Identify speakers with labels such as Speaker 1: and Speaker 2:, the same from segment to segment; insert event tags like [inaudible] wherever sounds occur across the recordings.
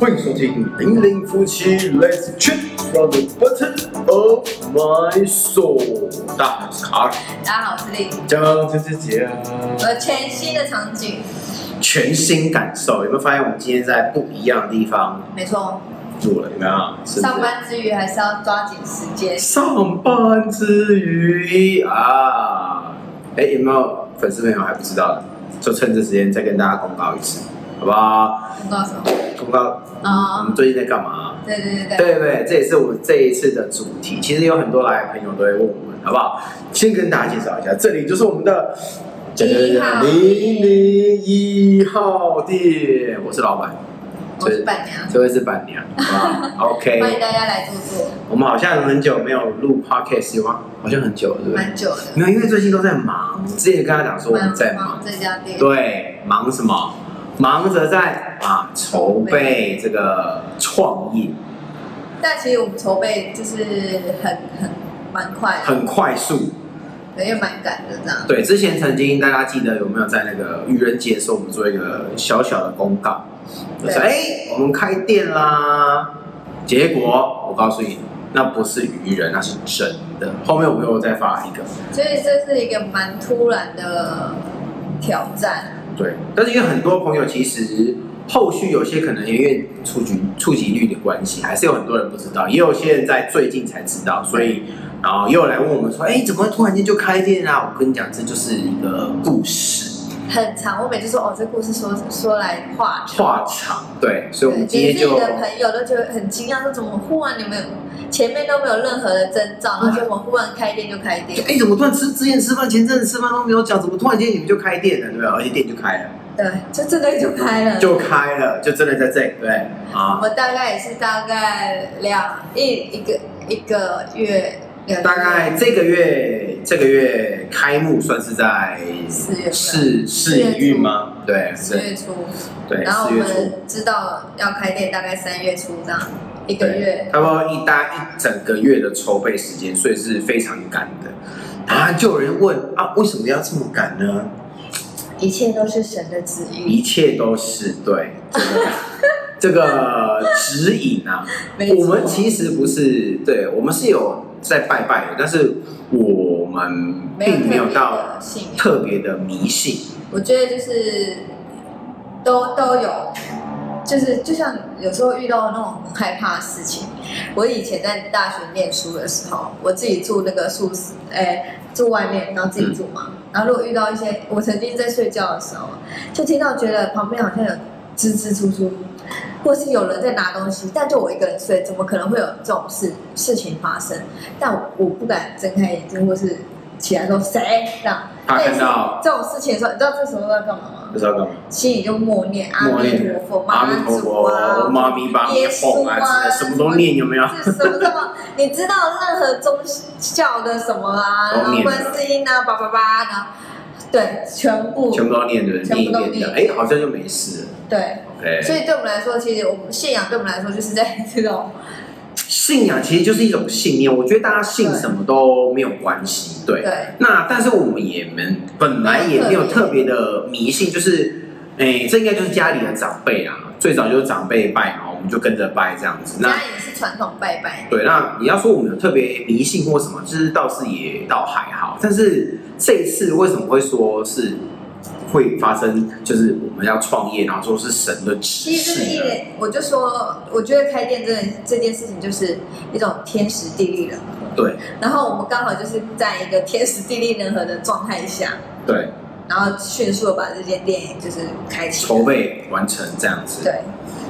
Speaker 1: meeting 零零夫妻，Let's chat from the bottom of my soul。大家好，
Speaker 2: 大家好，我是丽。
Speaker 1: 张这是杰啊。
Speaker 2: 呃，全新的场景，
Speaker 1: 全新感受，有没有发现我们今天在不一样的地方
Speaker 2: 没错，
Speaker 1: 录了？有没有？是不是
Speaker 2: 上班之余还是要抓紧时间。
Speaker 1: 上班之余啊，哎、有没有粉丝朋友还不知道的？就趁这时间再跟大家公告一次，好不好？
Speaker 2: 公告什么？
Speaker 1: 公告我
Speaker 2: 啊、
Speaker 1: 们最近在干嘛？
Speaker 2: 对对对对，
Speaker 1: 对对，这也是我这一次的主题。其实有很多来朋友都会问我们，好不好？先跟大家介绍一下，这里就是我们的
Speaker 2: 一号
Speaker 1: 零零一号店，我是老板，
Speaker 2: 我是伴娘，
Speaker 1: 这位是板娘，好不好
Speaker 2: [laughs]
Speaker 1: ？OK，
Speaker 2: 欢迎大家来坐坐，
Speaker 1: 我们好像很久没有录 podcast 吗？好像很久了，对不对？
Speaker 2: 蛮久的。
Speaker 1: 没有，因为最近都在忙。之前跟他讲说我们在忙，
Speaker 2: 忙这家店，
Speaker 1: 对，忙什么？忙着在啊筹备这个创意，
Speaker 2: 但其实我们筹备就是很很蛮快的，
Speaker 1: 很快速。
Speaker 2: 对，因为蛮赶的这样。
Speaker 1: 对，之前曾经大家记得有没有在那个愚人节的时候，我们做一个小小的公告，就说
Speaker 2: 对
Speaker 1: 哎、我们开店啦。结果我告诉你，那不是愚人，那是真的。后面我又再发一个，
Speaker 2: 所以这是一个蛮突然的挑战，
Speaker 1: 对，但是因为很多朋友其实后续有些可能因为触及触及率的关系，还是有很多人不知道，也有些人在最近才知道，所以然后又来问我们说，哎，怎么突然间就开店啊？我跟你讲，这就是一个故事
Speaker 2: 很长。我每次说哦，这故事说说来话长。
Speaker 1: 话长，对，所以我
Speaker 2: 对，
Speaker 1: 们
Speaker 2: 连
Speaker 1: 今天
Speaker 2: 自己
Speaker 1: 就
Speaker 2: 的朋友都觉得很惊讶，说怎么忽然你们有前面都没有任何的征
Speaker 1: 啊
Speaker 2: 兆，而且我们忽然开店就开店，
Speaker 1: 哎，怎么突然吃之前吃饭前阵子吃饭都没有讲，怎么突然间你们就开店了，对吧？而且店就开了，
Speaker 2: 对，就真的就开了。
Speaker 1: 就开了，就真的在这里，对
Speaker 2: 我
Speaker 1: 啊，
Speaker 2: 们大概也是大概两一一个一个月，两个
Speaker 1: 大
Speaker 2: 月
Speaker 1: 概这个月这个月开幕算是在
Speaker 2: 四月份
Speaker 1: 试试
Speaker 2: 四月
Speaker 1: 营运
Speaker 2: 初
Speaker 1: 吗？对，
Speaker 2: 四
Speaker 1: 对
Speaker 2: 月初，
Speaker 1: 对，
Speaker 2: 然后我
Speaker 1: 四月初，
Speaker 2: 们知道要开店大概三月初这样，一个
Speaker 1: 对
Speaker 2: 月，
Speaker 1: 差不多一大一整个月的筹备时间，所以是非常赶的。啊，就有人问啊，为什么要这么赶呢？
Speaker 2: 一切都是神的旨意，
Speaker 1: 一切都是对这个 [laughs] 这个指引啊，
Speaker 2: 没错
Speaker 1: 我们其实不是对，我们是有在拜拜的，但是我们并没有到
Speaker 2: 信仰，
Speaker 1: 特别的迷信。
Speaker 2: 我觉得就是都都有，就是就像有时候遇到那种很害怕的事情。我以前在大学念书的时候，我自己住那个宿舍，哎、住外面，然后自己住嘛。然后如果遇到一些，我曾经在睡觉的时候，就听到觉得旁边好像有吱吱出出，或是有人在拿东西，但就我一个人睡，怎么可能会有这种事事情发生？但我我不敢睁开眼睛，或是起来说谁这样。
Speaker 1: 他看到
Speaker 2: 这种事情的时候，你知道这时候要干嘛吗？
Speaker 1: 不知道干嘛，
Speaker 2: 心里就默念阿
Speaker 1: 默
Speaker 2: 弥
Speaker 1: 念
Speaker 2: 陀佛、
Speaker 1: 阿弥
Speaker 2: 妈
Speaker 1: 陀
Speaker 2: 祖啊
Speaker 1: 佛、、妈咪把你
Speaker 2: 耶
Speaker 1: 哄
Speaker 2: 稣
Speaker 1: 啊，
Speaker 2: 啊，
Speaker 1: 什么都念有没有？
Speaker 2: 是什么什么？你知道任何宗教的什么啊，
Speaker 1: 都
Speaker 2: 然后
Speaker 1: 念
Speaker 2: 观世音啊，叭叭叭的，对，全部
Speaker 1: 全部都念的，念
Speaker 2: 全
Speaker 1: 一
Speaker 2: 部都
Speaker 1: 念的，哎
Speaker 2: 念，
Speaker 1: 好像就没事了。
Speaker 2: 对。
Speaker 1: 哎，
Speaker 2: 所以对我们来说，其实我们信仰对我们来说，就是在这种
Speaker 1: 信仰其实就是一种信念，我觉得大家信什么都没有关系，对。
Speaker 2: 对
Speaker 1: 那但是我们也们本来也没有特别的迷信，就是，哎、这应该就是家里的长辈啊，最早就是长辈拜嘛，我们就跟着拜这样子。那啊
Speaker 2: 家里是传统拜拜，
Speaker 1: 对，那你要说我们有特别迷信或什么，就是倒是也倒还好。但是这一次为什么会说是会发生，就是我们要创业，然后说是神的啊指
Speaker 2: 其实就是一
Speaker 1: 示呢？
Speaker 2: 点，我就说，我觉得开店这这件事情就是一种天时地利人和。
Speaker 1: 对
Speaker 2: 然后我们刚好就是在一个天时地利人和的状态下，
Speaker 1: 对，
Speaker 2: 然后迅速的把这间店就是开启了
Speaker 1: 筹备完成这样子。
Speaker 2: 对，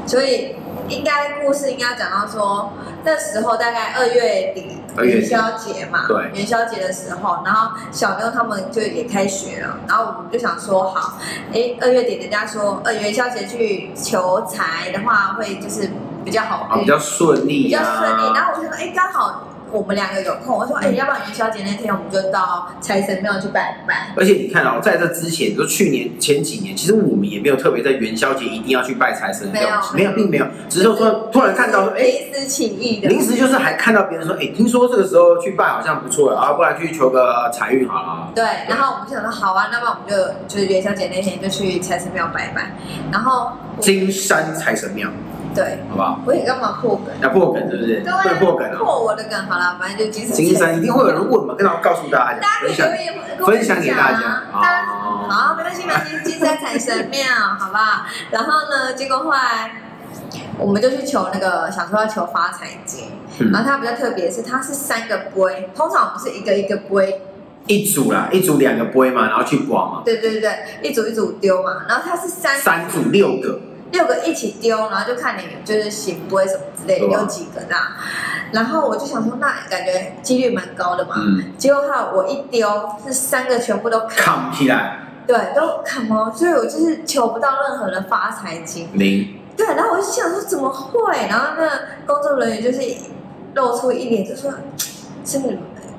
Speaker 2: 所以应该故事应该讲到说，那时候大概二月底
Speaker 1: 二月底
Speaker 2: 元宵节嘛，
Speaker 1: 对
Speaker 2: 元宵节的时候，然后小妞他们就也开学了，然后我们就想说，好，哎，二月底人家说，呃，元宵节去求财的话，会就是比较好
Speaker 1: 啊，
Speaker 2: 运，
Speaker 1: 比较顺利、啊，嗯
Speaker 2: 比较顺利。然后我就说，哎，刚好我们两个有空，我说，哎，要不然元宵节那天我们就到财神庙去拜拜。
Speaker 1: 而且你看哦，在这之前，就去年前几年，其实我们也没有特别在元宵节一定要去拜财神这种事，没
Speaker 2: 没
Speaker 1: 有，并没有，只是说突然看到说，哎、
Speaker 2: 临时起意的，
Speaker 1: 临时就是还看到别人说，哎、听说这个时候去拜好像不错啊，不然去求个财运好了。
Speaker 2: 对，然后我们就想说好啊，那么我们就就是元宵节那天就去财神庙拜拜，然后我
Speaker 1: 金山财神庙，
Speaker 2: 对，
Speaker 1: 好不好？
Speaker 2: 我也干嘛破梗？
Speaker 1: 要破梗是不是？
Speaker 2: 对啊
Speaker 1: 会破梗哦。
Speaker 2: 破我的梗好了，反正就金
Speaker 1: 金山一定会有人问嘛，跟他告诉大家
Speaker 2: 大家可
Speaker 1: 分
Speaker 2: 以
Speaker 1: 享
Speaker 2: 留言跟我
Speaker 1: 分享给大
Speaker 2: 讲
Speaker 1: 家
Speaker 2: 啊。大家
Speaker 1: 啊。
Speaker 2: 好，没关系，没关系，金山财神庙，好不好？然后呢，结果后来我们就去求那个，想说要求发财金，
Speaker 1: 嗯
Speaker 2: 然后它比较特别是它是三个杯，通常我们是一个一个杯，
Speaker 1: 一组啦，一组两个杯嘛，然后去刮嘛，
Speaker 2: 对对对，一组一组丢嘛，然后它是三
Speaker 1: 三组六个，
Speaker 2: 六个一起丢，然后就看你就是醒杯什么之类的，
Speaker 1: 对啊
Speaker 2: 有几个这样。然后我就想说，那感觉几率蛮高的嘛。
Speaker 1: 嗯，
Speaker 2: 结果哈，我一丢是三个全部都砍，
Speaker 1: 扛起来
Speaker 2: 对，都砍哦，所以我就是求不到任何的发财金。
Speaker 1: 零，
Speaker 2: 对，然后我就想说怎么会？然后那工作人员就是露出一脸，就说真的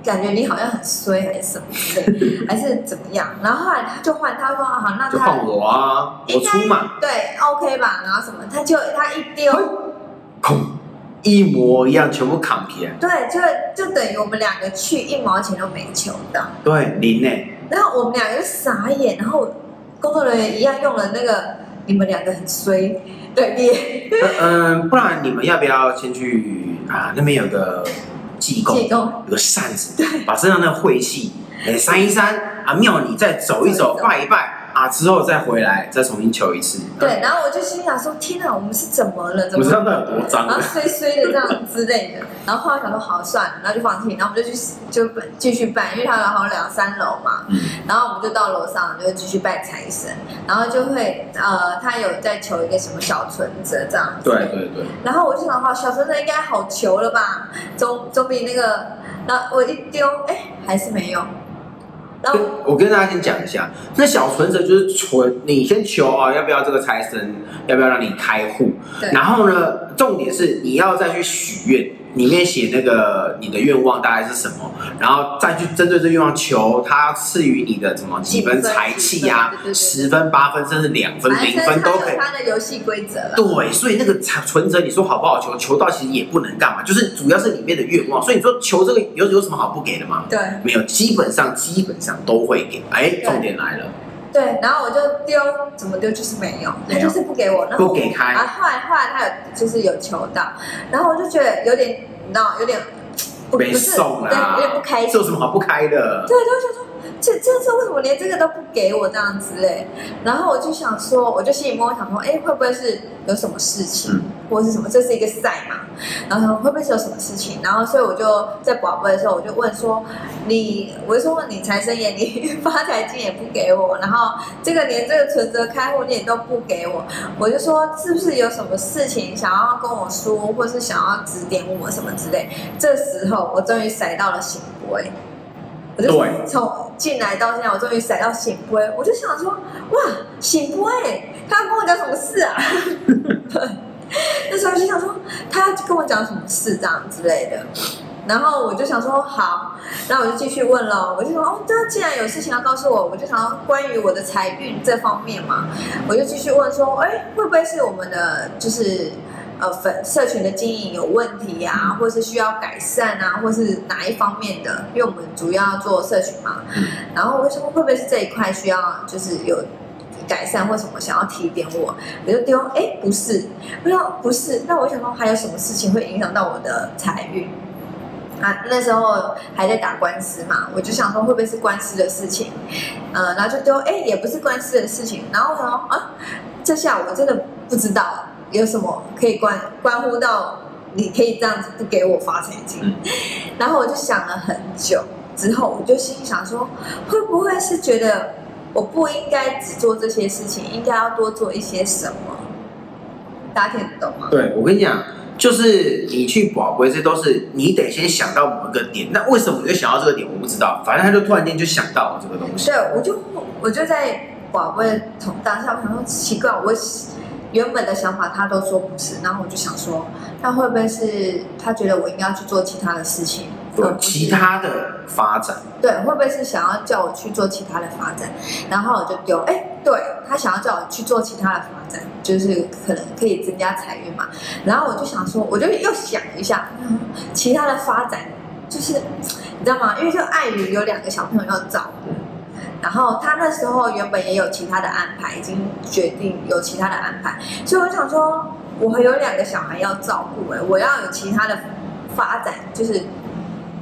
Speaker 2: 感觉你好像很衰还是什么之类，还是怎么样？然后后来他就换，他说啊好，那
Speaker 1: 就
Speaker 2: 他
Speaker 1: 换我啊，我出
Speaker 2: 哎
Speaker 1: 嘛，
Speaker 2: 对 OK 吧？然后什么，他就他一
Speaker 1: 哎
Speaker 2: 丢，
Speaker 1: 空，一模一样，全部扛起来，
Speaker 2: 对，就就等于我们两个去一毛钱都没求到，
Speaker 1: 对，零呢，
Speaker 2: 然后我们两个就傻眼，然后工作人员一样用了那个你们两个很衰对列
Speaker 1: 呃嗯，不然你们要不要先去啊？那边有个济公，
Speaker 2: 解冻，
Speaker 1: 有个扇子，把身上的晦气哎扇一扇啊，庙里再走一走，
Speaker 2: 走一走
Speaker 1: 拜一拜啊，之后再回来，再重新求一次，
Speaker 2: 对，然后我就心想说天哪，我们是怎么了？
Speaker 1: 我
Speaker 2: 怎
Speaker 1: 不
Speaker 2: 么
Speaker 1: 知道那有多脏
Speaker 2: 然后
Speaker 1: 啊，
Speaker 2: 衰衰的这样之类的，然后后来想说好算了，然后就放弃，然后我们就去就继续拜，因为它有好像两三楼嘛，
Speaker 1: 嗯
Speaker 2: 然后我们就到楼上就继续拜财神，然后就会呃，他有在求一个什么小存折这样子，
Speaker 1: 对对对。
Speaker 2: 然后我就想好小存折应该好求了吧，总总比那个，然后我一丢，哎，还是没有，然后
Speaker 1: 跟我跟大家先讲一下，那小存折就是存，你先求啊、要不要这个财神，要不要让你开户？
Speaker 2: 对
Speaker 1: 然后呢，重点是你要再去许愿，里面写那个你的愿望大概是什么，然后再去针对这愿望求他赐予你的什么几分财气呀、
Speaker 2: 几分几
Speaker 1: 十分、八分，甚至两分、
Speaker 2: 反正
Speaker 1: 零分
Speaker 2: 它
Speaker 1: 都可以
Speaker 2: 有。它的游戏规则了，
Speaker 1: 对，所以那个财存折，你说好不好求？求到其实也不能干嘛，就是主要是里面的愿望。所以你说求这个有有什么好不给的吗？
Speaker 2: 对。
Speaker 1: 没有，基本上基本上都会给。哎，
Speaker 2: 对
Speaker 1: 重点来了，
Speaker 2: 对，然后我就丢，怎么丢就是没有，他
Speaker 1: 没有
Speaker 2: 就是不给我，然后
Speaker 1: 不给开
Speaker 2: 啊，后来后来他有就是有求到，然后我就觉得有点，你知道，有点不
Speaker 1: 被
Speaker 2: 不是
Speaker 1: 送啦，
Speaker 2: 对，有点不开
Speaker 1: 这
Speaker 2: 心。
Speaker 1: 有什么好不开的？
Speaker 2: 对，就想说这这次为什么连这个都不给我这样子嘞？然后我就想说，我就心里默默想说，哎，会不会是有什么事情，
Speaker 1: 嗯
Speaker 2: 或者是什么？这是一个赛嘛，然后会不会是有什么事情？然后所以我就在宝贝的时候，我就问说，你，我就说问你财神爷，你 [laughs] 发财金也不给我，然后这个连这个存折开户你也都不给我，我就说是不是有什么事情想要跟我说，或是想要指点我什么之类？这时候我终于塞到了醒波，哎我就
Speaker 1: 对
Speaker 2: 从进来到现在，我终于塞到醒波，我就想说，哇，醒波哎，他要跟我讲什么事啊？ [laughs] 对，那时候就想说他要跟我讲什么事这样之类的，然后我就想说好，然后我就继续问了，我就说哦，那既然有事情要告诉我，我就想要关于我的财运这方面嘛，我就继续问说，哎，会不会是我们的就是呃粉社群的经营有问题呀、或是需要改善啊，或是哪一方面的？因为我们主要做社群嘛，然后我就说会不会是这一块需要就是有改善或什么想要提点我，我就丢哎不是，我就说不是，那我想说还有什么事情会影响到我的财运？啊，那时候还在打官司嘛，我就想说会不会是官司的事情，呃，然后就丢，哎、也不是官司的事情，然后我想说啊，这下我真的不知道有什么可以关关乎到你可以这样子不给我发财金，
Speaker 1: 嗯
Speaker 2: [laughs] 然后我就想了很久之后，我就心里想说，会不会是觉得我不应该只做这些事情，应该要多做一些什么？大家听得懂吗？
Speaker 1: 对，我跟你讲，就是你去宝贝，这都是你得先想到某一个点。那为什么你会想到这个点？我不知道，反正他就突然间就想到了这个东西。
Speaker 2: 对，我就我就在宝贝桶当下，我想说奇怪，我喜原本的想法他都说不是，然后我就想说，那会不会是他觉得我应该要去做其他的事情？而
Speaker 1: 有
Speaker 2: 哦不是
Speaker 1: 其他的发展，
Speaker 2: 对，会不会是想要叫我去做其他的发展？然后我就丢，哎，对他想要叫我去做其他的发展，就是可能可以增加财运嘛。然后我就想说，我就又想一下，嗯其他的发展就是你知道吗？因为就碍于有两个小朋友要照顾，然后他那时候原本也有其他的安排，已经决定有其他的安排，所以我想说，我还有两个小孩要照顾哎、我要有其他的发展，就是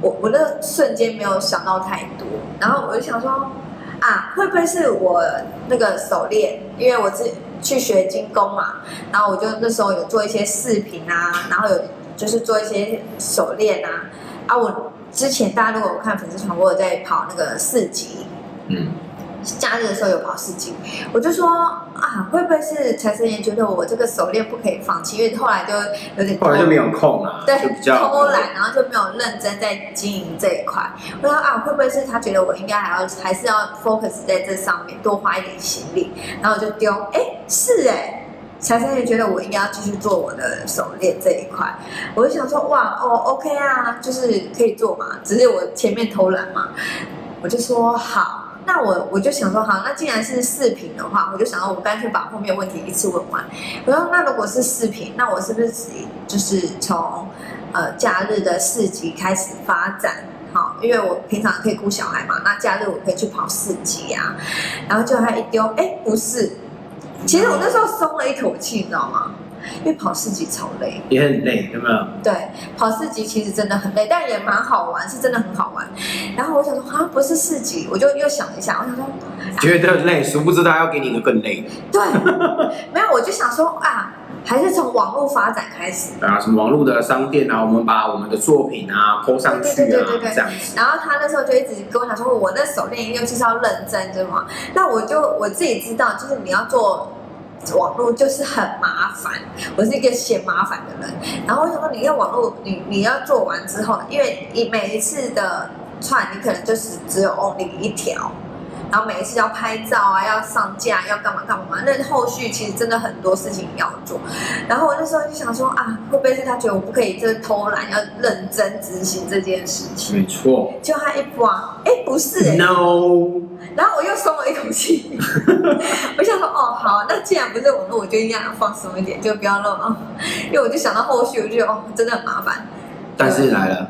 Speaker 2: 我我那瞬间没有想到太多，然后我就想说啊，会不会是我那个手链？因为我自去学精工嘛，然后我就那时候有做一些饰品啊，然后有就是做一些手链啊，啊，我之前大家如果有看粉丝团，我有在跑那个市集，
Speaker 1: 嗯，
Speaker 2: 假日的时候有跑市集，我就说啊，会不会是财神爷觉得我这个手链不可以放弃？因为后来就有点
Speaker 1: 后来就没有空了，就比
Speaker 2: 对
Speaker 1: 较
Speaker 2: 偷懒，然后就没有认真在经营这一块。我说啊，会不会是他觉得我应该还要还是要 focus 在这上面，多花一点心力？然后我就丢，哎，是哎、财神爷觉得我应该要继续做我的手链这一块，我就想说哇哦 OK 啊，就是可以做嘛，只是我前面偷懒嘛，我就说好。那我我就想说，好，那既然是饰品的话，我就想到我干脆把后面问题一次问完。我说，那如果是饰品，那我是不是就是从呃假日的市集开始发展？好，因为我平常可以顾小孩嘛，那假日我可以去跑市集啊。然后就他一丢，哎，不是，其实我那时候松了一口气，你知道吗？因为跑市集超累，
Speaker 1: 也很累，有没有？
Speaker 2: 对，跑市集其实真的很累，但也蛮好玩，是真的很好玩。然后我想说，好像不是市集，我就又想了一下，我想说，啊
Speaker 1: 觉得累，殊不知他要给你一个更累的
Speaker 2: 对，没有，我就想说啊，还是从网络发展开始。
Speaker 1: 啊，什么网络的商店啊，我们把我们的作品啊 PO 上去
Speaker 2: 对对
Speaker 1: 啊
Speaker 2: 对对，对
Speaker 1: 这样子，
Speaker 2: 然后他那时候就一直跟我讲说，我那手链又就是要认真，对吗？那我就我自己知道，就是你要做网络就是很麻烦，我是一个嫌麻烦的人。然后我想说，你要网络，你你要做完之后，因为你每一次的串，你可能就是只有 only 一条。然后每一次要拍照啊，要上架，要干嘛干嘛嘛，那后续其实真的很多事情要做。然后我那时候就想说啊，会不会是他觉得我不可以就是偷懒，要认真执行这件事情？
Speaker 1: 没错。
Speaker 2: 就他一刮，哎、不是、欸，
Speaker 1: No，
Speaker 2: 然后我又松了一
Speaker 1: [laughs]
Speaker 2: 口气，我想说，哦，好，那既然不是网络，我就应该要放松一点，就不要乱哦，因为我就想到后续，我就觉得哦，真的很麻烦。
Speaker 1: 但是来了，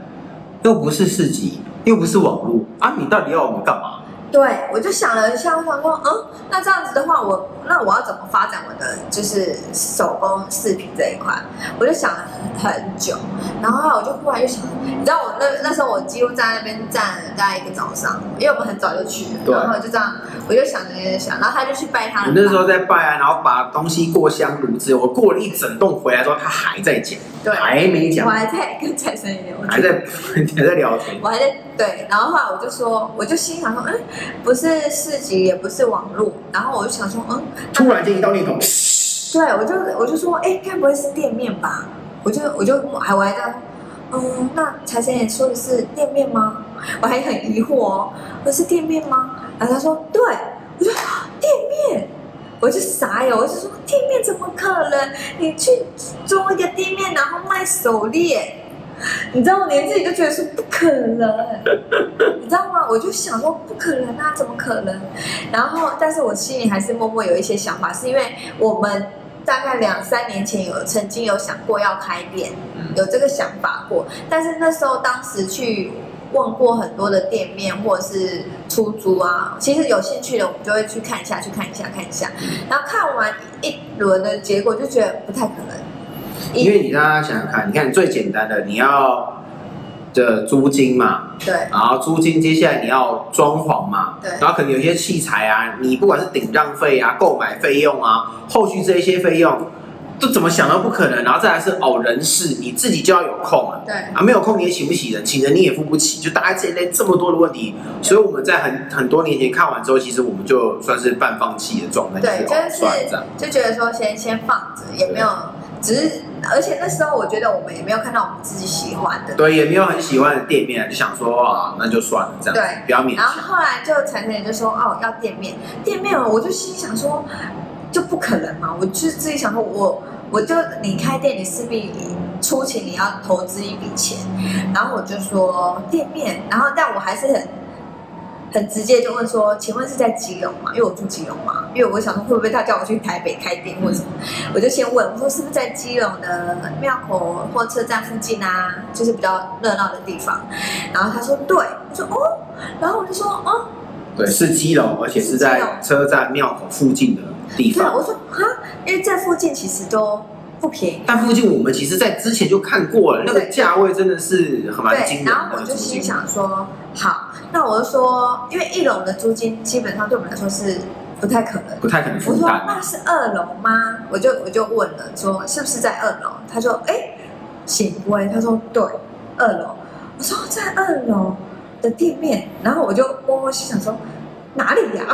Speaker 1: 又不是市集，又不是网络啊，你到底要我们干嘛？
Speaker 2: 对，我就想了一下，我想说，嗯，那这样子的话，我那我要怎么发展我的就是手工饰品这一块？我就想了很久，然后后来我就忽然就想，你知道我那那时候我几乎在那边站了大概一个早上，因为我们很早就去了，
Speaker 1: 对
Speaker 2: 然后就这样，我就想着想，然后他就去拜他
Speaker 1: 我
Speaker 2: 的。
Speaker 1: 那时候在拜啊，然后把东西过香炉之后，我过了一整栋回来之后，他还在讲，
Speaker 2: 对
Speaker 1: 还没讲
Speaker 2: 我，还在跟蔡生聊，
Speaker 1: 还在 [laughs] 还在聊天，
Speaker 2: 我还在对，然后后来我就说，我就心想说，嗯，不是市集，也不是网络，然后我就想说，嗯，那
Speaker 1: 突然间一道念头，
Speaker 2: 对我就我就说，哎，该不会是店面吧？我就我就还我还在，嗯，那财神爷说的是店面吗？我还很疑惑哦，我是店面吗？然后他说对，我就啊店面。我就傻眼，我就说店面怎么可能？你去做一个店面，然后卖手链，你知道我连自己都觉得说不可能，你知道吗？我就想说不可能啊，怎么可能？然后，但是我心里还是默默有一些想法，是因为我们大概两三年前有曾经有想过要开店，
Speaker 1: 嗯
Speaker 2: 有这个想法过，但是那时候当时去问过很多的店面或者是出租啊，其实有兴趣的我们就会去看一下，去看一下，看一下，然后看完一轮的结果就觉得不太可能，
Speaker 1: 因为你让他想想看，你看最简单的，你要的租金嘛，
Speaker 2: 对
Speaker 1: 然后租金接下来你要装潢嘛，
Speaker 2: 对
Speaker 1: 然后可能有一些器材啊，你不管是顶账费啊、购买费用啊，后续这一些费用，都怎么想都不可能，然后再来是哦人事，你自己就要有空啊。
Speaker 2: 对
Speaker 1: 啊，没有空你也请不起人，请人你也付不起，就大家这一类这么多的问题，所以我们在很很多年前看完之后，其实我们就算是半放弃的状态，
Speaker 2: 对，
Speaker 1: 就是哦算了这
Speaker 2: 就是
Speaker 1: 样，
Speaker 2: 就觉得说先先放着，也没有，只是而且那时候我觉得我们也没有看到我们自己喜欢的。
Speaker 1: 对，也没有很喜欢的店面，就想说啊，那就算了这样，
Speaker 2: 对，
Speaker 1: 不要勉
Speaker 2: 然
Speaker 1: 强，
Speaker 2: 后后来就陈晨也就说哦要店面，店面我就心想说就不可能嘛，我就自己想说我我就你开店你势必初期你要投资一笔钱，然后我就说店面，然后但我还是很。很直接就问说，请问是在基隆吗？因为我住基隆嘛，因为我想说会不会他叫我去台北开店或者什么，我就先问我说是不是在基隆的庙口或车站附近啊，就是比较热闹的地方。然后他说对，我说哦，然后我就说，哦，
Speaker 1: 对，是基隆，而且是
Speaker 2: 是基
Speaker 1: 在
Speaker 2: 隆
Speaker 1: 车站庙口附近的地
Speaker 2: 对，啊
Speaker 1: 方，
Speaker 2: 我说哈，因为这附近其实都不便宜。
Speaker 1: 但附近我们其实在之前就看过了，那个价位真的是很蛮惊人
Speaker 2: 对，
Speaker 1: 的。
Speaker 2: 然后我就心想说，好，那我就说，因为一楼的租金基本上对我们来说是不太可能。
Speaker 1: 不太可能
Speaker 2: 我
Speaker 1: 负
Speaker 2: 说
Speaker 1: 担。
Speaker 2: 那是二楼吗？我就我就问了，说是不是在二楼？他说，哎、醒威，他说对，二楼。我说在二楼的店面，然后我就摸摸心想说哪里呀、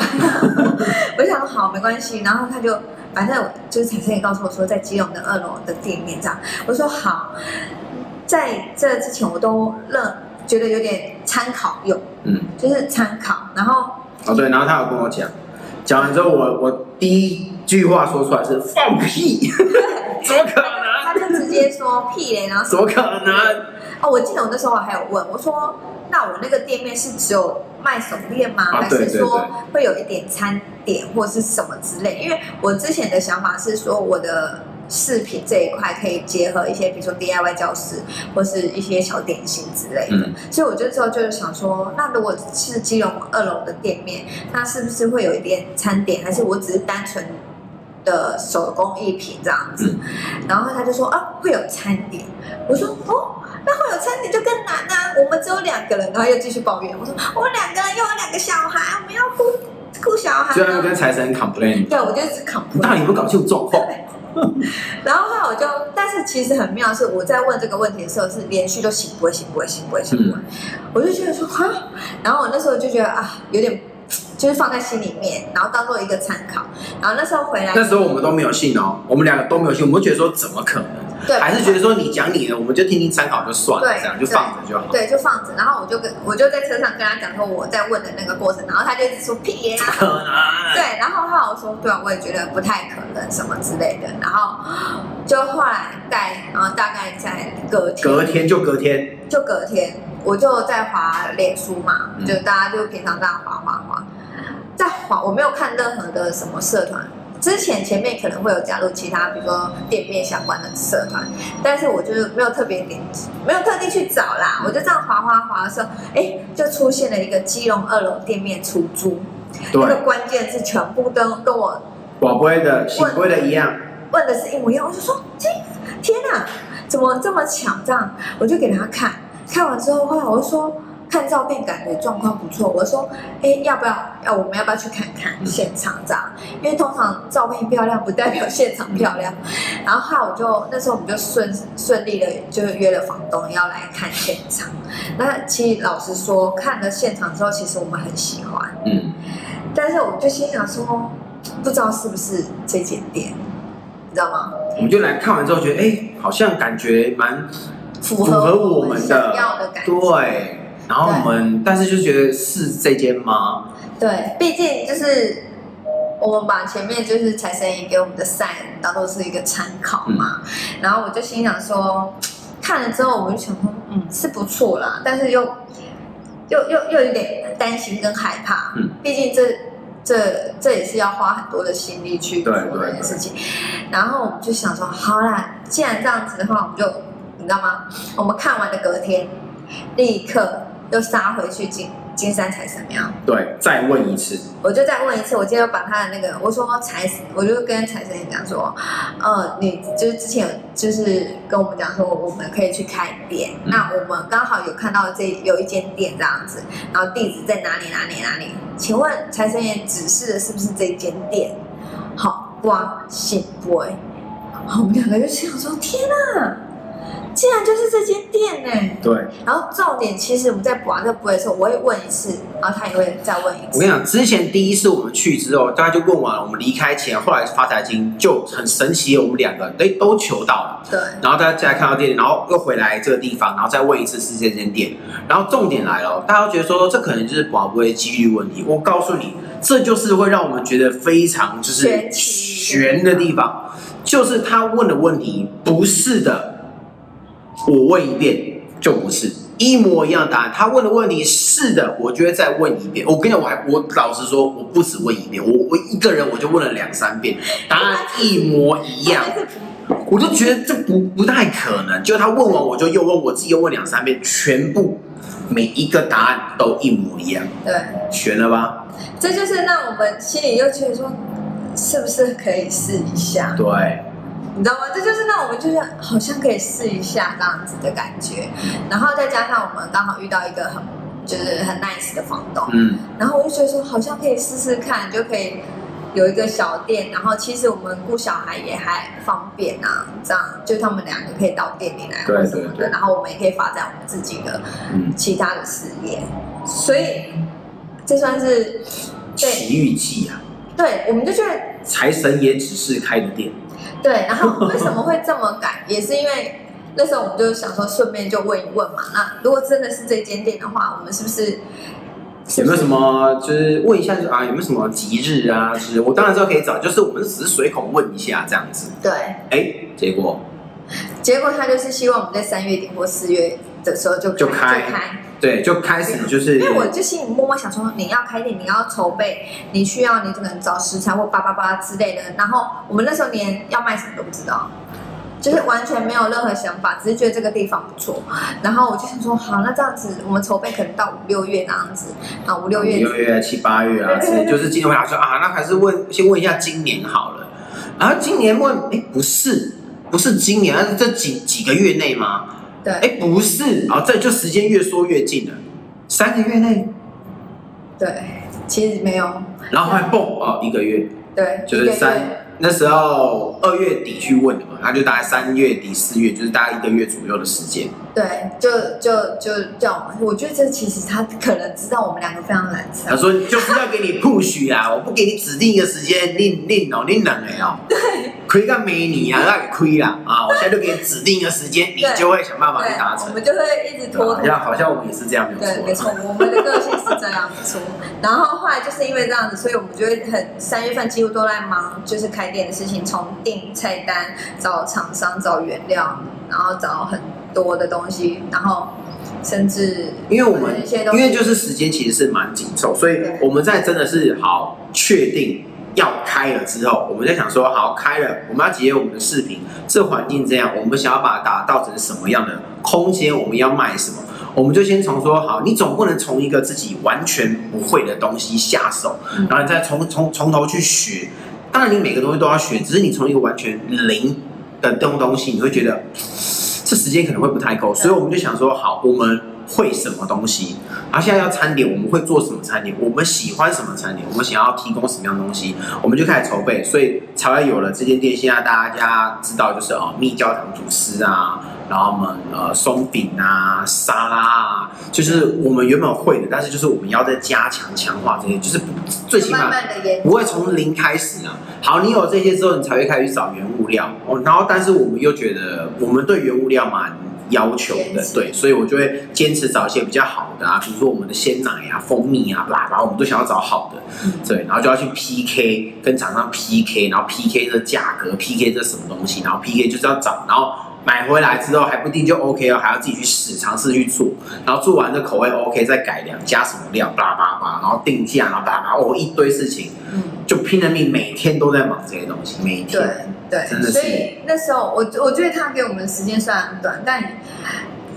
Speaker 2: [laughs] 我就想说好没关系，然后他就反正就是彩生也告诉我说在基隆的二楼的店面这样，我说好，在这之前我都认觉得有点参考用，
Speaker 1: 嗯，
Speaker 2: 就是参考，然后
Speaker 1: 哦对，然后他有跟我讲，讲完之后我我第一句话说出来是放屁，
Speaker 2: [laughs]
Speaker 1: 怎么可能？
Speaker 2: 他就直接说屁嘞，然后
Speaker 1: 怎么可能？
Speaker 2: 哦，我记得我那时候还有问我说，那我那个店面是只有卖手链吗？
Speaker 1: 啊
Speaker 2: 还
Speaker 1: 对
Speaker 2: 是
Speaker 1: 对
Speaker 2: 说会有一点餐点或是什么之类？因为我之前的想法是说我的。饰品这一块可以结合一些，比如说 DIY 教室或是一些小点心之类的，
Speaker 1: 嗯
Speaker 2: 所以我就之后就是想说，那如果是基隆二楼的店面，那是不是会有一点餐点，还是我只是单纯的手工艺品这样子？然后他就说啊，会有餐点。我说哦，那会有餐点就更难啊，我们只有两个人，然后又继续抱怨。我说我们两个人又有两个小孩，我们要顾顾小孩。
Speaker 1: 居然跟财神 complain，
Speaker 2: 对，我就一直 c o
Speaker 1: 到底有没有搞清楚状况？
Speaker 2: [laughs] 然后后来我就，但是其实很妙是，我在问这个问题的时候是连续都醒不会醒不会醒不会醒不会，
Speaker 1: 嗯
Speaker 2: 我就觉得说哈，然后我那时候就觉得啊，有点就是放在心里面，然后当做一个参考。然后那时候回来，
Speaker 1: 那时候我们都没有信哦，我们两个都没有信，我们就觉得说怎么可能？
Speaker 2: 对
Speaker 1: 还是觉得说你讲你的，我们就听听参考就算了，
Speaker 2: 对
Speaker 1: 这样就放着就好。
Speaker 2: 对，就放着。然后我就跟我就在车上跟他讲说我在问的那个过程，然后他就一直说屁耶、啊。
Speaker 1: 可能
Speaker 2: 对，然后后来我说，对啊，我也觉得不太可能什么之类的，然后就后来在，然后大概在隔天，
Speaker 1: 隔天就隔天，
Speaker 2: 就隔天我就在滑脸书嘛，
Speaker 1: 嗯
Speaker 2: 就大家就平常这样滑滑滑，在滑我没有看任何的什么社团。之前前面可能会有加入其他，比如说店面相关的社团，但是我就是没有特别点，没有特地去找啦。我就这样滑滑滑的时候，哎，就出现了一个基隆二楼店面出租，那个
Speaker 1: 对，
Speaker 2: 关键字全部都跟我
Speaker 1: 宝贝的、醒龟的一样，
Speaker 2: 问的是一模一样，我就说天天哪，怎么这么巧？这样我就给他看，看完之后，后来我就说看照片感觉状况不错，我说哎要不要？要我们要不要去看看
Speaker 1: 嗯
Speaker 2: 现场这样？因为通常照片漂亮不代表现场漂亮。然后后来我就那时候我们就顺顺利的就约了房东要来看现场。那其实老实说，看了现场之后，其实我们很喜欢。
Speaker 1: 嗯，
Speaker 2: 但是我就心想说，不知道是不是这间店，你知道吗？
Speaker 1: 我们就来看完之后觉得，哎、好像感觉蛮
Speaker 2: 符
Speaker 1: 合
Speaker 2: 合
Speaker 1: 我
Speaker 2: 们
Speaker 1: 们
Speaker 2: 想要的感觉。
Speaker 1: 对。哎然后我们，但是就觉得是这间吗？
Speaker 2: 对，毕竟就是我们把前面就是财神爷给我们的 sign 当做是一个参考嘛，
Speaker 1: 嗯
Speaker 2: 然后我就心想说，看了之后我就想说，嗯，是不错啦，但是又又又又有点担心跟害怕，
Speaker 1: 嗯，
Speaker 2: 毕竟这这这也是要花很多的心力去做
Speaker 1: 对
Speaker 2: 的
Speaker 1: 对
Speaker 2: 一件
Speaker 1: 对
Speaker 2: 事情，然后我们就想说，好啦，既然这样子的话，我们就你知道吗？我们看完的隔天，立刻又杀回去金金山财神庙。
Speaker 1: 对，再问一次，
Speaker 2: 我就再问一次，我今天把他的那个，我说财神，我就跟财神爷讲说，呃，你就是之前有就是跟我们讲说，我们可以去开店，
Speaker 1: 嗯
Speaker 2: 那我们刚好有看到这有一间店这样子，然后地址在哪里哪里哪里，请问财神爷指示的是不是这间店？好，哇，信不哎，好，我们两个就心想说，天啊，竟然就是这间店呢、
Speaker 1: 对
Speaker 2: 然后重点，其实我们在玩这不会的时候，我会问一次，然后他也会再问一
Speaker 1: 我
Speaker 2: 次
Speaker 1: 跟。你讲，之前第一次我们去之后，大家就问完了，我们离开前，后来发财经就很神奇，我们两个哎都求到了。
Speaker 2: 对，
Speaker 1: 然后大家看到店，然后又回来这个地方，然后再问一次是这间店。然后重点来了，大家都觉得说这可能就是宝贵几率问题。我告诉你，这就是会让我们觉得非常就是
Speaker 2: 玄奇
Speaker 1: 悬的地方，就是他问的问题不是的，我问一遍就不是。一模一样的答案，他问的问题是的，我就会再问一遍。我跟你讲，我还我老实说，我不止问一遍，我我一个人我就问了两三遍，答案一模一样。
Speaker 2: 但是
Speaker 1: 我就觉得这不不太可能。就他问完，我就又问，我自己又问两三遍，全部每一个答案都一模一样，
Speaker 2: 对，
Speaker 1: 悬了吧？
Speaker 2: 这嗯就是让我们心里又觉得说，是不是可以试一下？
Speaker 1: 对，
Speaker 2: 你知道吗？这就是那我们就是好像可以试一下这样子的感觉，然后再加上我们刚好遇到一个很就是很 nice 的房东，
Speaker 1: 嗯，
Speaker 2: 然后我就觉得说好像可以试试看，就可以有一个小店，然后其实我们雇小孩也还方便啊，这样就他们两个可以到店里来
Speaker 1: 对
Speaker 2: 或什
Speaker 1: 对
Speaker 2: 么的，
Speaker 1: 对
Speaker 2: 然后我们也可以发展我们自己的
Speaker 1: 嗯
Speaker 2: 其他的事业，所以这算是对
Speaker 1: 奇遇记啊，
Speaker 2: 对，我们就觉得
Speaker 1: 财神爷只是开的店，
Speaker 2: 对，然后为什么会这么赶，也是因为那时候我们就想说，顺便就问一问嘛。那如果真的是这间店的话，我们是不是
Speaker 1: 有没有什么就是问一下就啊有没有什么吉日啊？是我当然知道可以找，就是我们只是随口问一下这样子，
Speaker 2: 对？
Speaker 1: 哎，结果
Speaker 2: 结果他就是希望我们在三月底或四月的时候就
Speaker 1: 就
Speaker 2: 开
Speaker 1: 开对，就开始就是
Speaker 2: 因为我就心里默默想说，你要开店，你要筹备，你需要你可能找食材或叭叭叭之类的。然后我们那时候连要卖什么都不知道，就是完全没有任何想法，只是觉得这个地方不错。然后我就想说，好，那这样子我们筹备可能到五六月那样子，啊五六月
Speaker 1: 六月、七八月啊，是就是今年我想说啊，那还是问先问一下今年好了。啊，今年问哎不是不是今年，啊是这几几个月内吗？
Speaker 2: 对
Speaker 1: 哎不是，啊，这就时间越缩越近了，三个月内，
Speaker 2: 对，其实没有，
Speaker 1: 然后还蹦哦一个月，
Speaker 2: 对，
Speaker 1: 就
Speaker 2: 一
Speaker 1: 是
Speaker 2: 个月
Speaker 1: 三那时候二月底去问的嘛，他就大概三月底四月，就是大概一个月左右的时间。
Speaker 2: 对，就就就叫我们。我觉得这其实他可能知道我们两个非常难
Speaker 1: 他
Speaker 2: 缠，
Speaker 1: 说就是要给你 push 啊，我不给你指定一个时间，你你哦你冷哎哦，亏个没你啊，那给亏啦啊！我现在就给你指定一个时间，你
Speaker 2: 对
Speaker 1: 就会想办法去达
Speaker 2: 对，我
Speaker 1: 成。啊
Speaker 2: 们就会一直
Speaker 1: 对吧
Speaker 2: 拖
Speaker 1: 好
Speaker 2: 拖
Speaker 1: 像好像我们也是这样，没
Speaker 2: 对，没
Speaker 1: 有错啊
Speaker 2: 错
Speaker 1: 啦。，
Speaker 2: 我们的个性是这样，
Speaker 1: [laughs]
Speaker 2: 没错。然后后来就是因为这样子，所以我们就会很三月份几乎都在忙，就是开店的事情，从订菜单、找厂商、找原料，然后找很多的东西，然后甚至
Speaker 1: 因为我们
Speaker 2: 一些东西
Speaker 1: 因为就是时间其实是蛮紧凑，所以
Speaker 2: 对
Speaker 1: 我们在真的是好确定要开了之后，我们在想说好开了，我们要结合我们的视频，这环境这样，我们想要把它打造成什么样的空间，我们要卖什么，我们就先从说好，你总不能从一个自己完全不会的东西下手，
Speaker 2: 嗯
Speaker 1: 然后你再从从从头去学。当然，你每个东西都要学，只是你从一个完全零的东东西，你会觉得这时间可能会不太够，所以我们就想说，好，我们会什么东西？然啊后现在要餐点，我们会做什么餐点？我们喜欢什么餐点？我们想要提供什么样的东西？我们就开始筹备，所以才会有了这间店。现在大家知道就是哦，蜜焦糖吐司啊，然后我们呃松饼啊、沙拉啊，就是我们原本会的，但是就是我们要再加强强化这些，就是不最起码
Speaker 2: 慢慢的研究
Speaker 1: 不会从零开始啊。好，你有这些之后，你才会开始找原物料哦。然后，但是我们又觉得我们对原物料蛮要求
Speaker 2: 坚
Speaker 1: 的，
Speaker 2: 持
Speaker 1: 对，所以我就会坚持找一些比较好的啊，比如说我们的鲜奶啊、蜂蜜啊、啦啦，我们都想要找好的。对，然后就要去 PK 跟厂商 PK，然后 PK 这价格，PK 这什么东西，然后 PK 就是要找，然后买回来之后还不一定就 OK 哦，还要自己去试尝试去做，然后做完这口味 OK 再改良，加什么料，叭叭叭，然后定价，然后叭叭，哦一堆事情，
Speaker 2: 嗯，
Speaker 1: 就拼了命，每天都在忙这些东西，每
Speaker 2: 对
Speaker 1: 天。
Speaker 2: 对，
Speaker 1: 真的是
Speaker 2: 所以那时候我我觉得他给我们的时间虽然短，但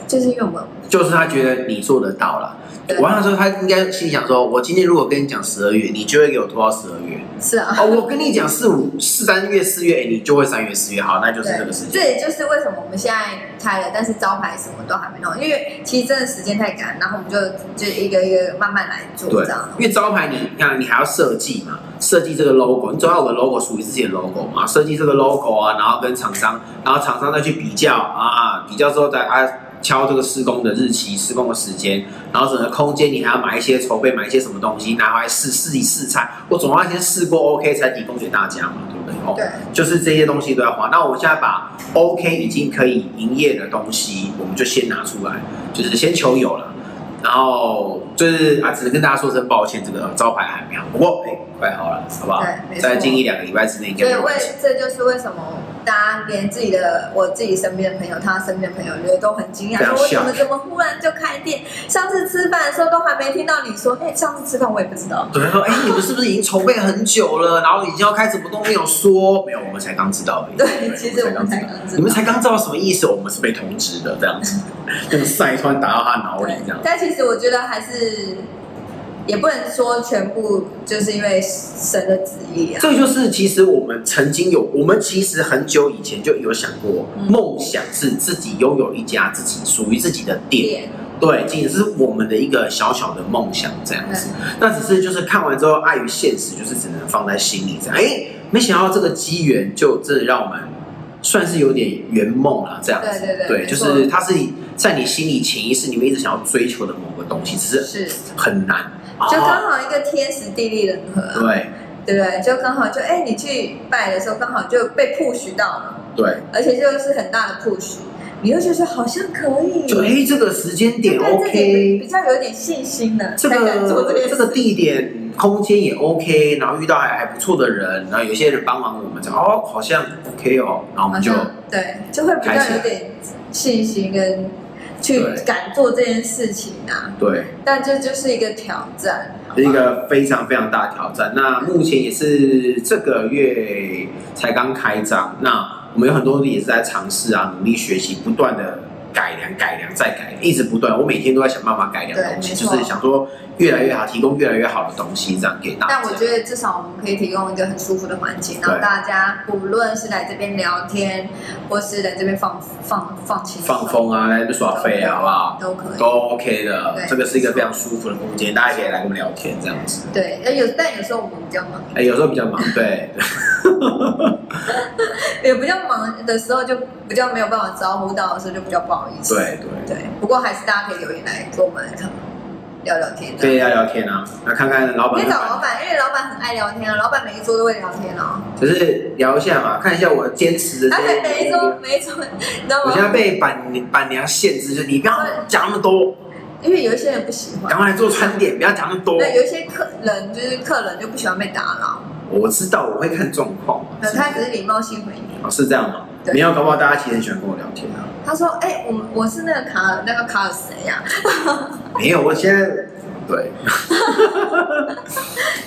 Speaker 2: 就是因为我们
Speaker 1: 就是他觉得你做得到了。
Speaker 2: 对
Speaker 1: 我想说，他应该心里想说，我今天如果跟你讲十二月，你就会给我拖到十二月。
Speaker 2: 是啊，
Speaker 1: 哦，我跟你讲四五四三月四月，哎你就会三月四月，好，那就是这个时
Speaker 2: 这
Speaker 1: 间。
Speaker 2: 也就是为什么我们现在开了，但是招牌什么都还没弄，因为其实真的时间太赶，然后我们就就一个一个慢慢来做
Speaker 1: 对
Speaker 2: 这样。，
Speaker 1: 因为招牌你你看，你还要设计嘛，设计这个 logo，你总要有个 logo 属于自己的 logo 嘛，设计这个 logo 啊，然后跟厂商，然后厂商再去比较啊，比较之后再啊敲这个施工的日期、施工的时间，然后整个空间你还要买一些筹备，买一些什么东西拿回来试试一试菜，我总要先试过 OK 才提供给大家嘛，对不对？哦，
Speaker 2: 对，
Speaker 1: 就是这些东西都要花。那我们现在把 OK 已经可以营业的东西，我们就先拿出来，就是先求有了。然后就是啊，只能跟大家说声抱歉，这个招牌还没好，不过哎、快好了，好不好
Speaker 2: 对没？错
Speaker 1: 在近一两个礼拜之内应该
Speaker 2: 所以
Speaker 1: 没
Speaker 2: 为
Speaker 1: 问题。
Speaker 2: 这就是为什么大家连自己的我自己身边的朋友，他身边的朋友，觉得都很惊讶，
Speaker 1: 非常
Speaker 2: 说为什么
Speaker 1: shock
Speaker 2: 怎么忽然就开店？上次吃饭的时候都还没听到你说，哎、上次吃饭我也不知道。
Speaker 1: 有人说，哎、你们是不是已经筹备很久了？然后已经要开，怎么都没有说？没有，我们才刚知道而已。
Speaker 2: 对，其实我们才
Speaker 1: 道。
Speaker 2: 刚知
Speaker 1: 你
Speaker 2: 道
Speaker 1: 们。才刚知道什么意思？我们是被通知
Speaker 2: [laughs]
Speaker 1: 的，这样子，这个赛突然打到他脑里，这样
Speaker 2: 但其实我觉得还是也不能说全部就是因为神的旨意啊。
Speaker 1: 这就是其实我们曾经有，我们其实很久以前就有想过，
Speaker 2: 嗯
Speaker 1: 梦想是自己拥有一家自己属于自己的店，
Speaker 2: 点
Speaker 1: 对，仅是我们的一个小小的梦想这样子。
Speaker 2: 嗯
Speaker 1: 那只是就是看完之后，碍于现实，就是只能放在心里这样。哎，没想到这个机缘就真的让我们算是有点圆梦了这样子。
Speaker 2: 对对对没
Speaker 1: 就
Speaker 2: 错
Speaker 1: 是它是在你心里潜意识里面一直想要追求的某个东西，只是
Speaker 2: 是，
Speaker 1: 很难。
Speaker 2: 就
Speaker 1: 哦
Speaker 2: 刚好一个天时地利人和、啊，
Speaker 1: 对
Speaker 2: 对不对？就刚好就哎、你去拜的时候刚好就被 push 到了，
Speaker 1: 对，
Speaker 2: 而且就是很大的 push，你就觉得好像可以，
Speaker 1: 就哎这个时间点
Speaker 2: 就对自己
Speaker 1: OK，
Speaker 2: 比较有点信心了，
Speaker 1: 这
Speaker 2: 才敢做
Speaker 1: 个
Speaker 2: 这件
Speaker 1: 这
Speaker 2: 事。
Speaker 1: 个地点空间也 OK，然后遇到还还不错的人，然后有些人帮忙我们，这样哦好像 OK 哦，然后我
Speaker 2: 好
Speaker 1: 们就
Speaker 2: 像对，就会比
Speaker 1: 开始
Speaker 2: 较有点信心跟去
Speaker 1: 对
Speaker 2: 敢做这件事情啊。
Speaker 1: 对，
Speaker 2: 但这就是一个挑战，好吧
Speaker 1: 是一个非常非常大的挑战。那目前也是这个月才刚开张，那我们有很多也是在尝试啊，努力学习，不断的改良、改良再改良，一直不断。我每天都在想办法改良
Speaker 2: 对
Speaker 1: 东西，
Speaker 2: 没
Speaker 1: 就
Speaker 2: 错
Speaker 1: 是想说越来越好，提供越来越好的东西，这样给大家。
Speaker 2: 但我觉得至少我们可以提供一个很舒服的环境，
Speaker 1: 对
Speaker 2: 让大家不论是来这边聊天，或是来这边放放放轻松
Speaker 1: 放风啊，来这边耍废啊，好不好？
Speaker 2: 都可以
Speaker 1: 都。OK 的
Speaker 2: 对，
Speaker 1: 这个是一个非常舒服的空间，大家可以来跟我们聊天这样子。
Speaker 2: 对，呃有但有时候我们比较忙，
Speaker 1: 哎，有时候比
Speaker 2: [laughs]
Speaker 1: 较忙，对，
Speaker 2: 也比较忙的时候就比较没有办法招呼到的时候就比较不好意思。
Speaker 1: 对对，
Speaker 2: 对，不过还是大家可以留言来跟我们聊聊天的。
Speaker 1: 可以聊聊天啊，那看看老
Speaker 2: 可
Speaker 1: 板
Speaker 2: 以
Speaker 1: 会
Speaker 2: 找哦
Speaker 1: 不
Speaker 2: 老
Speaker 1: 会，
Speaker 2: 板，因为老板很爱聊天啊，老板每一桌都会聊天哦。
Speaker 1: 只是聊一下嘛，看一下我坚持的
Speaker 2: 而
Speaker 1: 这些。
Speaker 2: 且每一桌每一桌，你知道
Speaker 1: 我现在
Speaker 2: 吗？
Speaker 1: 被板板娘限制，就是你不要讲那么多，
Speaker 2: 因为有一些人不喜
Speaker 1: 赶
Speaker 2: 欢，
Speaker 1: 快来做餐点，不要讲那么多。
Speaker 2: 对，有一些客人就是客人就不喜欢被打扰，
Speaker 1: 我知道我会看状况嘛，
Speaker 2: 可能他只是礼貌性回你。
Speaker 1: 哦是这样吗？
Speaker 2: 对
Speaker 1: 没有，搞不好大家其实很喜欢跟我聊天啊。
Speaker 2: 他说：“哎、我们我是那个卡尔，那个卡尔谁啊呀、
Speaker 1: 没有，我现在对，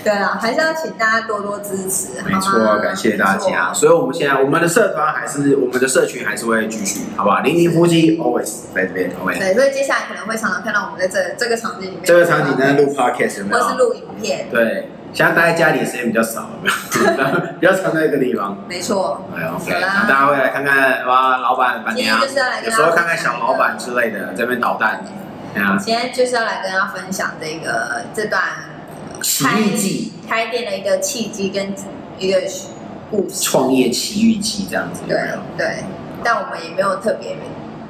Speaker 2: 对啦，还是要请大家多多支持，
Speaker 1: 没错
Speaker 2: 好吗，
Speaker 1: 感谢大家。
Speaker 2: 啊没错
Speaker 1: 所以我们现在我们的社团还是我们的社群还是会继续，好不好？零零夫妻 always 在这边，OK。
Speaker 2: 对，所以接下来可能会常常看到我们在这这个场景里面，
Speaker 1: 这个场景在录 podcast 有没
Speaker 2: 或是
Speaker 1: 有？
Speaker 2: 录影片，
Speaker 1: 对，现在待在家里的时间比较少，有没有 [laughs] 比较常在一个地方。
Speaker 2: 没错。
Speaker 1: 哎，OK，
Speaker 2: 好啦
Speaker 1: 那大家会来看看哇，老板、板
Speaker 2: 啊今天
Speaker 1: 娘
Speaker 2: 就是要来，
Speaker 1: 有
Speaker 2: 跟大家
Speaker 1: 时候看看小老板之类的，在那边捣蛋，对啊，
Speaker 2: 今天就是要来跟大家分享这个这段
Speaker 1: 奇
Speaker 2: 开
Speaker 1: 遇记、
Speaker 2: 开店的一个契机跟一个故事。
Speaker 1: 创业奇遇记这样子，有
Speaker 2: 对
Speaker 1: 没有？
Speaker 2: 对，但我们也没有特别迷，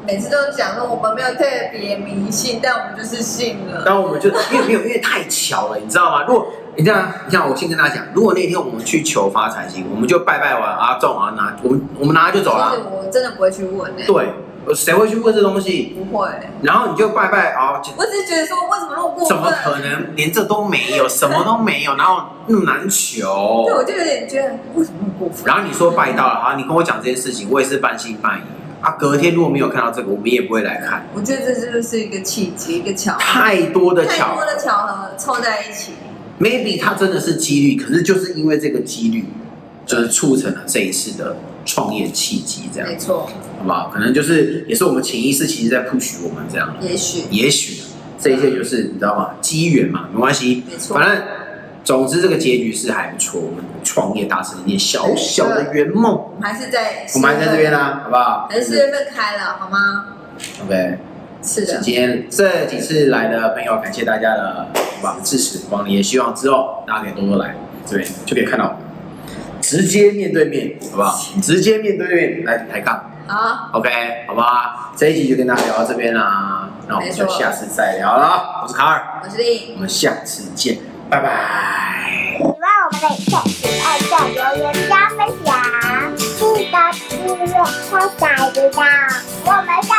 Speaker 2: 每次都讲说我们没有特别迷信，但我们就是信了。
Speaker 1: 然后我们就因为没有，因为太巧了，你知道吗？如果你这样，你像我先跟大家讲，如果那天我们去求发财星，我们就拜拜完啊，中啊拿，我们我们拿就走
Speaker 2: 就是
Speaker 1: 了。
Speaker 2: 我真的不会去问的、
Speaker 1: 对，谁会去问这东西？
Speaker 2: 不会。
Speaker 1: 然后你就拜拜啊，就
Speaker 2: 我只是觉得说，为什么那么过
Speaker 1: 怎么
Speaker 2: 分？
Speaker 1: 可能连这都没有，什么都没有，然后那么难求
Speaker 2: 对，？我就有点觉得为什么那么过分？
Speaker 1: 然后你说拜到了，啊好，你跟我讲这件事情，我也是半信半疑。啊，隔天如果没有看到这个，我们也不会来看。
Speaker 2: 我觉得这就是一个契机，一个巧合，
Speaker 1: 太多的
Speaker 2: 太
Speaker 1: 巧
Speaker 2: 多的巧合凑在一起。
Speaker 1: ，maybe 它真的是几率，可是就是因为这个几率，就是促成了这一次的创业契机，这样
Speaker 2: 没错，
Speaker 1: 好不好？可能就是也是我们潜意识其实在 push 我们这样，
Speaker 2: 也许
Speaker 1: 也许啊这一切就是你知道吗？机缘嘛，没关系
Speaker 2: 没，错
Speaker 1: 反正总之这个结局是还不错，我们创业达成一点小小的圆梦
Speaker 2: 我，们还是在
Speaker 1: 我们还在这边
Speaker 2: 呢。
Speaker 1: 啦，好不好？
Speaker 2: 还是四月份开了，好吗？
Speaker 1: OK。
Speaker 2: 是的，
Speaker 1: 今天
Speaker 2: 啊
Speaker 1: 这几次来的朋友，感谢大家的帮支持帮力，也希望之后大家可以多多来这边，就可以看到我们直接面对面，好不好？直接面对面来抬杠
Speaker 2: 好，
Speaker 1: ，OK，好吧？这一集就跟大家聊到这边啦，那我们就
Speaker 2: 没错
Speaker 1: 下次再聊了。我是卡尔，
Speaker 2: 我是丽
Speaker 1: 我。们下次见，拜拜。
Speaker 3: 喜欢我们的影片，请按赞、留言、加分享，记得订阅或小铃铛。我们下